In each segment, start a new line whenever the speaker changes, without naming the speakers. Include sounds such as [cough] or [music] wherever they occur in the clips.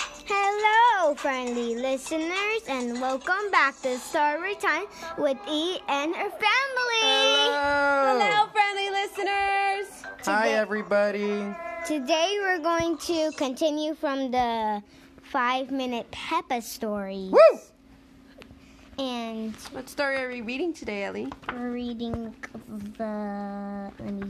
Hello, friendly listeners, and welcome back to Story Time with E and her family.
Hello.
Hello, friendly listeners.
Oh. Hi, everybody.
Today we're going to continue from the five minute Peppa story.
Woo!
And
What story are we reading today, Ellie?
we're reading the. Let me,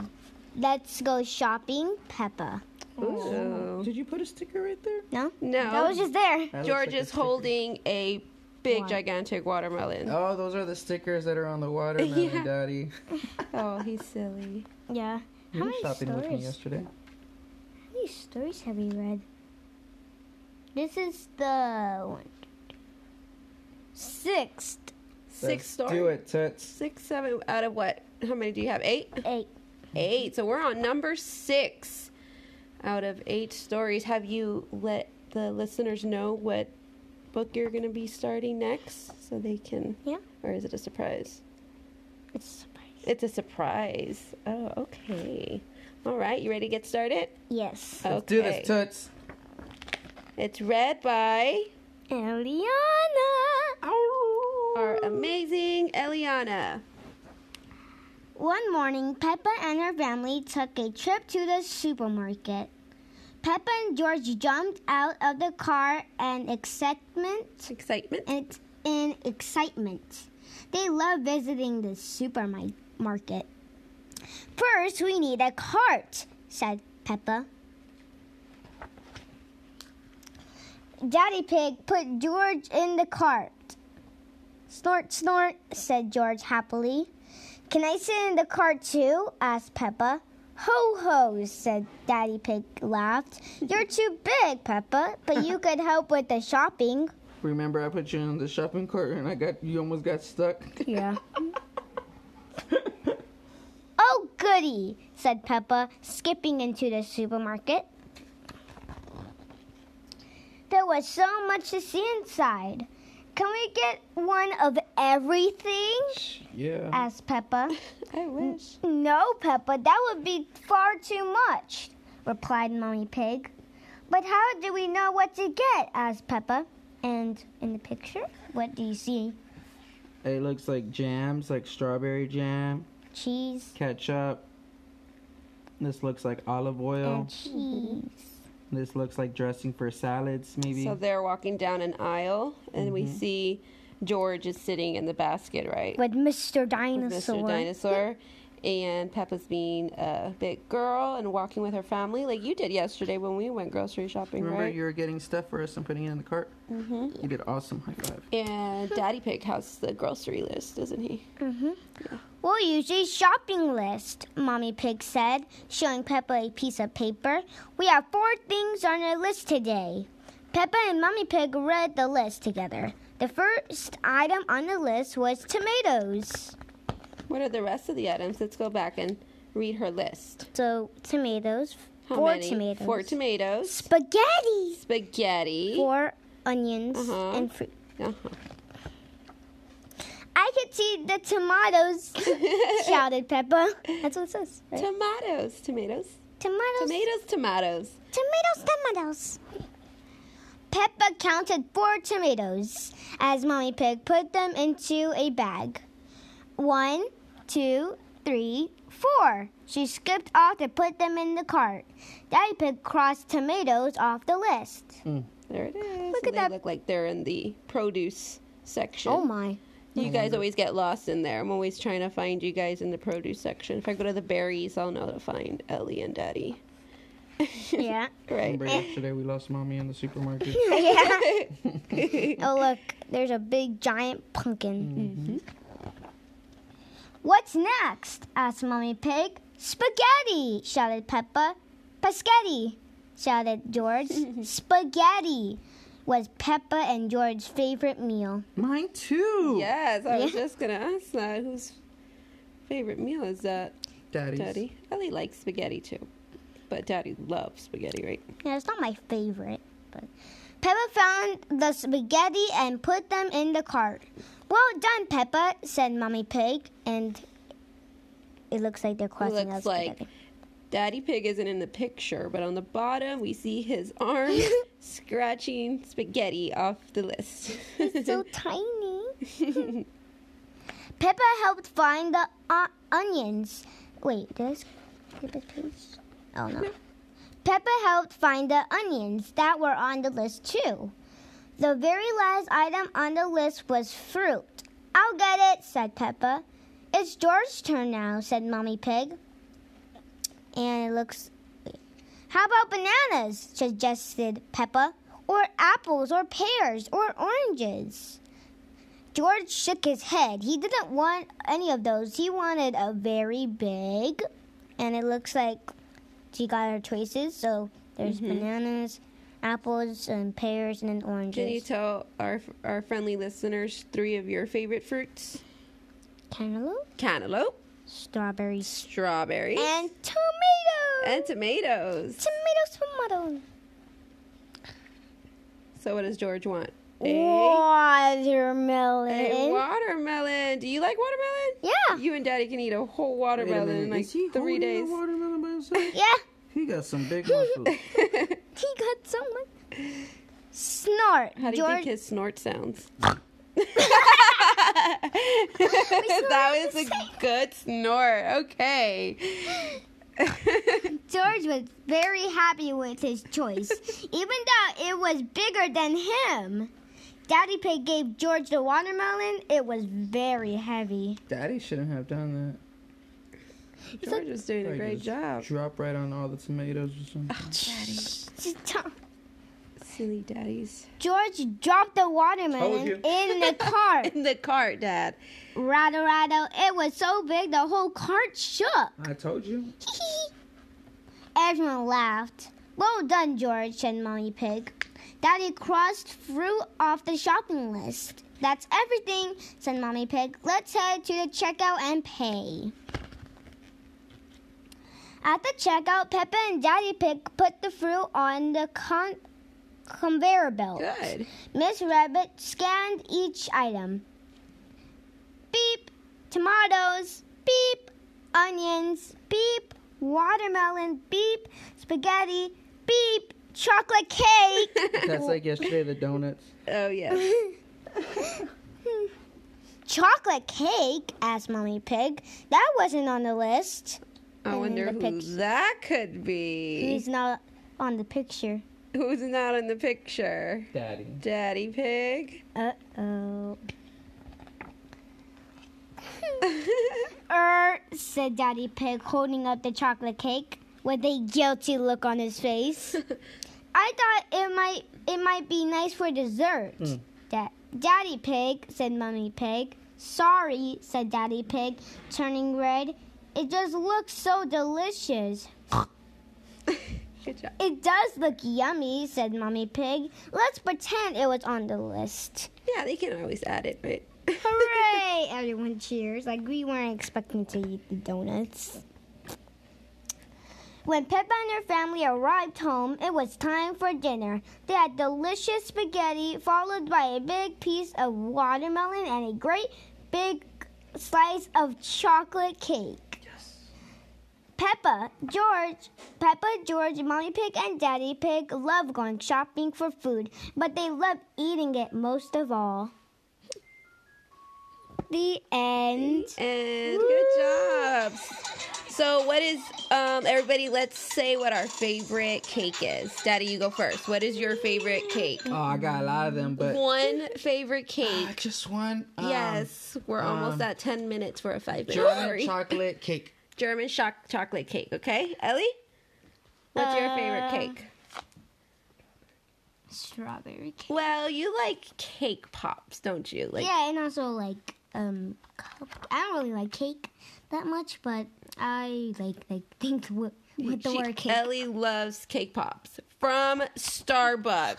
let's go shopping, Peppa.
Ooh.
Did you put a sticker right there?
No?
No.
That was just there.
That looks
George
like a
is
sticker.
holding a big,
What?
gigantic watermelon.
Oh, those are the stickers that are on the watermelon,
[laughs] Yeah.
Daddy.
Oh, he's silly.
Yeah.
You
How
were
many
shopping with me
stories?
yesterday.
How many stories have you read? This is the one. Sixth.
Six
Let's
stories.
Do it, Toots.
Six, seven. Out of what? How many do you have? Eight.
Eight.
Eight. So we're on number six out of eight stories. Have you let the listeners know what book you're going to be starting next, so they can?
Yeah.
Or is it a surprise?
It's a surprise.
It's a surprise. Oh, okay. All right, you ready to get started?
Yes.
Okay.
Let's do this, Toots.
It's read by
Eliana.
our amazing Eliana.
One morning, Peppa and her family took a trip to the supermarket. Peppa and George jumped out of the car and excitement
Excitement.
and in excitement. They love visiting the supermarket. First, we need a cart, said Peppa. Daddy Pig put George in the cart. Snort, snort, said George happily. Can I sit in the cart too? asked Peppa. Ho ho, said Daddy Pig, laughed. You're too big, Peppa, but you could help with the shopping.
Remember, I put you in the shopping cart and I got you almost got stuck.
Yeah. oh, goody, said Peppa, skipping into the supermarket. There was so much to see inside. Can we get one of everything?
[laughs] yeah.
asked Peppa. [laughs]
I wish.
No, Peppa, that would be far too much, replied Mummy Pig. But how do we know what to get? asked Peppa. And in the picture, what do you see?
it looks like jams, like strawberry jam,
Cheese.
ketchup. This looks like olive oil.
and cheese.
This looks like dressing for salads, maybe.
So they're walking down an aisle, and we
Mm-hmm.
see George is sitting in the basket, right?
With Mr.
With
Dinosaur.
Mr. Dinosaur. And Peppa's being a big girl and walking with her family, like you did yesterday when we went grocery shopping,
Remember,
right?
you were getting stuff for us and putting it in the cart? Mm-hmm. You did awesome. High five.
And Daddy Pig has the grocery list, doesn't he?
We'll use a shopping list, Mommy Pig said, showing Peppa a piece of paper. We have four things on our list today. Peppa and Mommy Pig read the list together. The first item on the list was tomatoes.
What are the rest of the items? Let's go back and read her list.
So, tomatoes,
How
four
many?
tomatoes.
Four tomatoes.
Spaghetti!
Spaghetti.
Four onions
Uh-huh.
and fruit.
Uh-huh.
I could see the
[laughs]
tomatoes, shouted Peppa. That's what it says. right?
Tomatoes. Tomatoes.
Tomatoes.
Tomatoes. Tomatoes.
Tomatoes, tomatoes. Peppa counted four tomatoes as Mommy Pig put them into a bag. One, two, three, four. She skipped off to put them in the cart. Daddy Pig crossed tomatoes off the list.
There it is.
Look
So
at
they
that.
look like they're in the produce section.
Oh my.
You guys always get lost in there. I'm always trying to find you guys in the produce section. If I go to the berries, I'll know to find Ellie and Daddy.
[laughs] Yeah.
Right.
Remember yesterday we lost mommy in the supermarket?
yeah. oh, look. There's a big giant pumpkin.
Mm-hmm.
What's next? asked Mommy Pig. Spaghetti, shouted Peppa. Paschetti, shouted
[laughs]
George. Spaghetti was Peppa and George's favorite meal.
[laughs] Mine too.
Yes, I was
Yeah.
just gonna ask that. Whose favorite meal is that,
Daddy's.
Daddy? Ellie likes spaghetti too, but Daddy loves spaghetti, right?
Yeah, it's not my favorite, but Peppa found the spaghetti and put them in the cart. Well done, Peppa, said Mommy Pig, and it looks like they're
It
crossing out
looks like
spaghetti. [laughs]
Daddy Pig isn't in the picture, but on the bottom we see his arms scratching spaghetti off the list.
It's
[laughs]
so tiny. Peppa helped find the uh, onions. Wait, this Peppa's page? Oh no. Peppa helped find the onions that were on the list too. The very last item on the list was fruit. I'll get it, said Peppa. It's George's turn now, said Mommy Pig. And it looks. wait. How about bananas? suggested Peppa. Or apples, or pears, or oranges. George shook his head. He didn't want any of those. He wanted a very big, and it looks like she got her choices. So there's bananas, apples, and pears, and then oranges.
Mm-hmm. Can you tell our our friendly listeners three of your favorite fruits?
Cantaloupe,
Cantaloupe,
strawberries,
strawberries,
and tomatoes.
and tomatoes.
tomatoes, tomatoes.
So what does George want? A,
Watermelon.
a watermelon. Do you like watermelon?
yeah.
[laughs] You and Daddy can eat a whole watermelon in like
is he
three
holding a
days.
watermelon by
[laughs]
himself?
yeah.
he got some big muscles.
He got someone. Snort.
How do you
George.
think his snort [laughs] sounds?
at
[laughs] that
the
was a good snort. Okay.
George was very happy with his
[laughs]
choice, even though it was bigger than him. Daddy Pig gave George the watermelon. It was very
[laughs]
heavy.
Daddy shouldn't have done that.
George is doing a
Probably
great
just
job.
Drop right on all the tomatoes or
[laughs]
something.
Silly daddies.
George dropped the watermelon
Told you.
in the cart.
[laughs] In the cart, Dad.
rattle, rattle. It was so big the whole cart shook.
I told
[laughs]
you.
[laughs] Everyone laughed. Well done, George, said Mommy Pig. Daddy crossed fruit off the shopping list. That's everything, said Mommy Pig. Let's head to the checkout and pay. At the checkout, Peppa and Daddy Pig put the fruit on the con- conveyor belt.
Good.
Miss Rabbit scanned each item. Beep, tomatoes, beep, onions, beep, watermelon, beep, spaghetti, beep, chocolate cake,
That's like yesterday, the donuts.
Oh, [laughs] yes.
chocolate cake, asked Mommy Pig. That wasn't on the list.
I
And
wonder
the
who
pic-
that could be.
He's not on the picture.
Who's not in the picture?
Daddy.
Daddy [laughs] Pig.
Uh oh. Er, said Daddy Pig, holding up the chocolate cake with a guilty look on his face. I thought it might it might be nice for dessert. Da- Daddy Pig said Mummy Pig. Sorry, said Daddy Pig, turning red. It just looks so delicious.
Good job.
It does look yummy, said Mummy Pig. Let's pretend it was on the list.
Yeah, they can always add it, [laughs] right?
Hooray! [laughs] Everyone cheers. Like we weren't expecting to eat the donuts. When Peppa and her family arrived home, it was time for dinner. They had delicious spaghetti, followed by a big piece of watermelon and a great big slice of chocolate cake. Peppa, George, Peppa, George, Mommy Pig, and Daddy Pig love going shopping for food, but they love eating it most of all. The end.
And good job. So, what is, um, everybody, let's say what our favorite cake is. Daddy, you go first. What is your favorite cake?
Oh, I got a lot of them, but
One favorite
Ah,
cake.
just one. Um,
yes, we're almost
um,
at 10 minutes. We're at five minutes.
German
Sorry.
chocolate cake.
German shock chocolate cake, okay? Ellie? What's your favorite
Uh,
cake?
Strawberry cake.
Well, you like cake pops, don't you? Like
yeah, and also like um, cup. I don't really like cake that much, but I like like think with, with the
she-
word cake.
Ellie loves cake pops from Starbucks.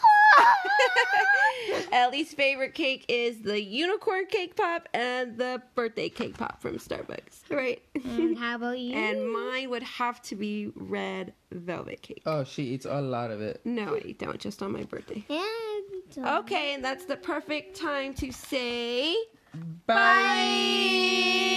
[laughs] Ellie's favorite cake is the unicorn cake pop and the birthday cake pop from Starbucks, right?
[laughs] and how about you?
and mine would have to be red velvet cake.
Oh, she eats a lot of it.
No, I don't, just on my birthday.
And, uh,
Okay, and that's the perfect time to say
Bye.